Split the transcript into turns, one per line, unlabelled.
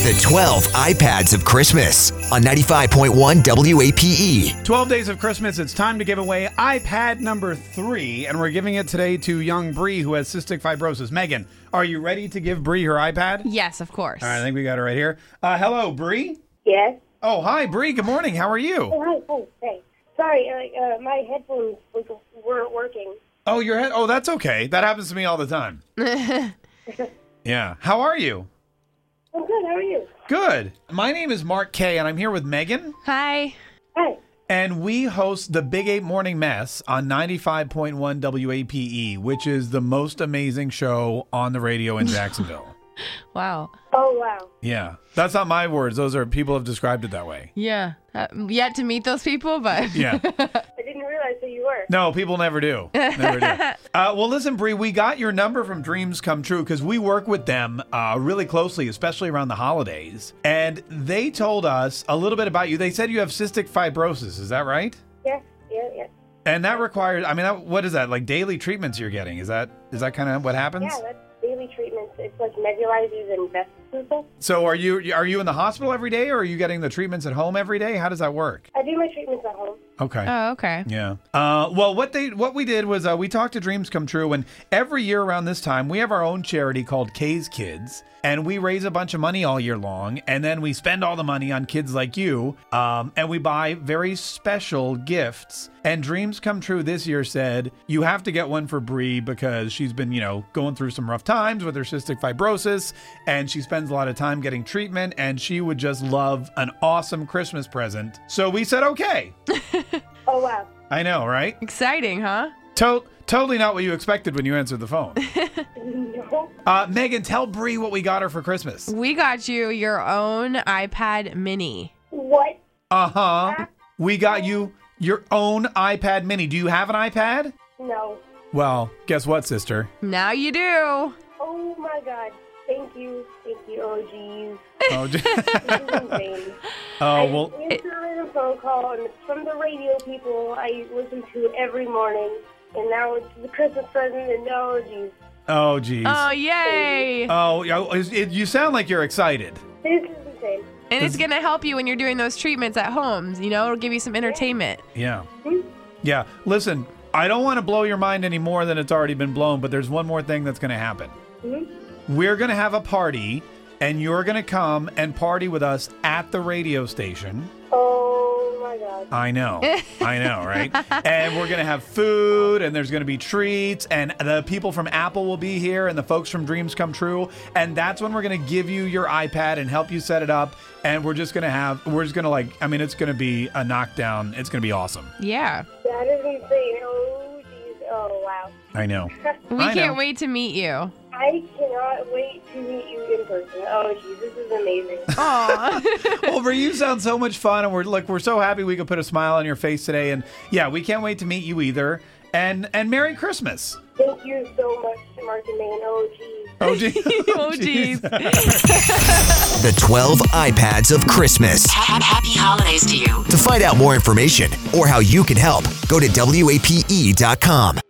to 12 iPads of Christmas on 95.1 WAPE.
12 days of Christmas, it's time to give away iPad number three, and we're giving it today to young Bree, who has cystic fibrosis. Megan, are you ready to give Bree her iPad?
Yes, of course.
All right, I think we got it right here. Uh, hello, Bree.
Yes.
Oh, hi, Bree. Good morning. How are you?
Hi. Hey. Hey. Sorry. Uh, uh, my headphones was, weren't working.
Oh, your head. Oh, that's okay. That happens to me all the time. yeah. How are you?
I'm good. How are you?
Good. My name is Mark Kay, and I'm here with Megan,
Hi.
Hi.
and we host the Big Eight Morning Mess on 95.1 WAPE, E, which is the most amazing show on the radio in Jacksonville.
Wow.
Oh wow.
Yeah, that's not my words. Those are people have described it that way.
Yeah. Uh, yet to meet those people, but
Yeah.
I didn't realize who you were.
No, people never do. Never do. Uh, well, listen, Bree, we got your number from Dreams Come True because we work with them uh, really closely, especially around the holidays. And they told us a little bit about you. They said you have cystic fibrosis. Is that right?
Yeah. Yeah. Yeah.
And that requires, I mean, that, what is that? Like daily treatments you're getting? Is that is that kind of what happens?
Yeah. That's daily treatments. It's like nebulizers and vests and stuff.
So are you are you in the hospital every day, or are you getting the treatments at home every day? How does that work?
I do my treatments at home.
Okay.
oh, okay.
Yeah. Uh, well, what they what we did was uh, we talked to Dreams Come True, and every year around this time, we have our own charity called K's Kids, and we raise a bunch of money all year long, and then we spend all the money on kids like you, um, and we buy very special gifts. And Dreams Come True this year said you have to get one for Bree because she's been you know going through some rough times with her cystic fibrosis, and she spends a lot of time getting treatment, and she would just love an awesome Christmas present. So we said okay.
Oh wow.
I know, right?
Exciting, huh?
To- totally not what you expected when you answered the phone.
No.
Uh, Megan, tell Bree what we got her for Christmas.
We got you your own iPad mini.
What?
Uh huh. We got you your own iPad mini. Do you have an iPad?
No.
Well, guess what, sister?
Now you do.
Oh my God. Thank you. Thank you. Oh geez.
Oh, j-
This is insane.
oh
I
well.
answered a phone call and it's from the radio people I listen to every morning, and now it's the Christmas present and oh geez.
Oh, geez.
Oh, yay.
Oh, yeah, is- it- you sound like you're excited.
This is insane.
and it's going to help you when you're doing those treatments at home. You know, it'll give you some entertainment.
Yeah. Yeah. Listen, I don't want to blow your mind any more than it's already been blown, but there's one more thing that's going to happen. We're going to have a party, and you're going to come and party with us at the radio station.
Oh my God.
I know. I know, right? And we're going to have food and there's going to be treats and the people from Apple will be here and the folks from Dreams Come True and that's when we're going to give you your iPad and help you set it up and we're just going to have we're just going to like I mean it's going to be a knockdown. It's going to be awesome.
Yeah.
That is insane. Oh, geez. Oh, wow.
I know.
We
I know.
can't wait to meet you.
I cannot wait to meet you in person. Oh, geez, this is amazing.
Aw.
Over you sound so much fun, and we're like we're so happy we could put a smile on your face today. And yeah, we can't wait to meet you either. And and Merry Christmas.
Thank you so much, Mark and Megan. Oh, geez.
Oh, gee.
oh, geez.
The 12 iPads of Christmas.
Ha- Happy holidays to you.
E To find out more information or how you can help, go to WAPE.com.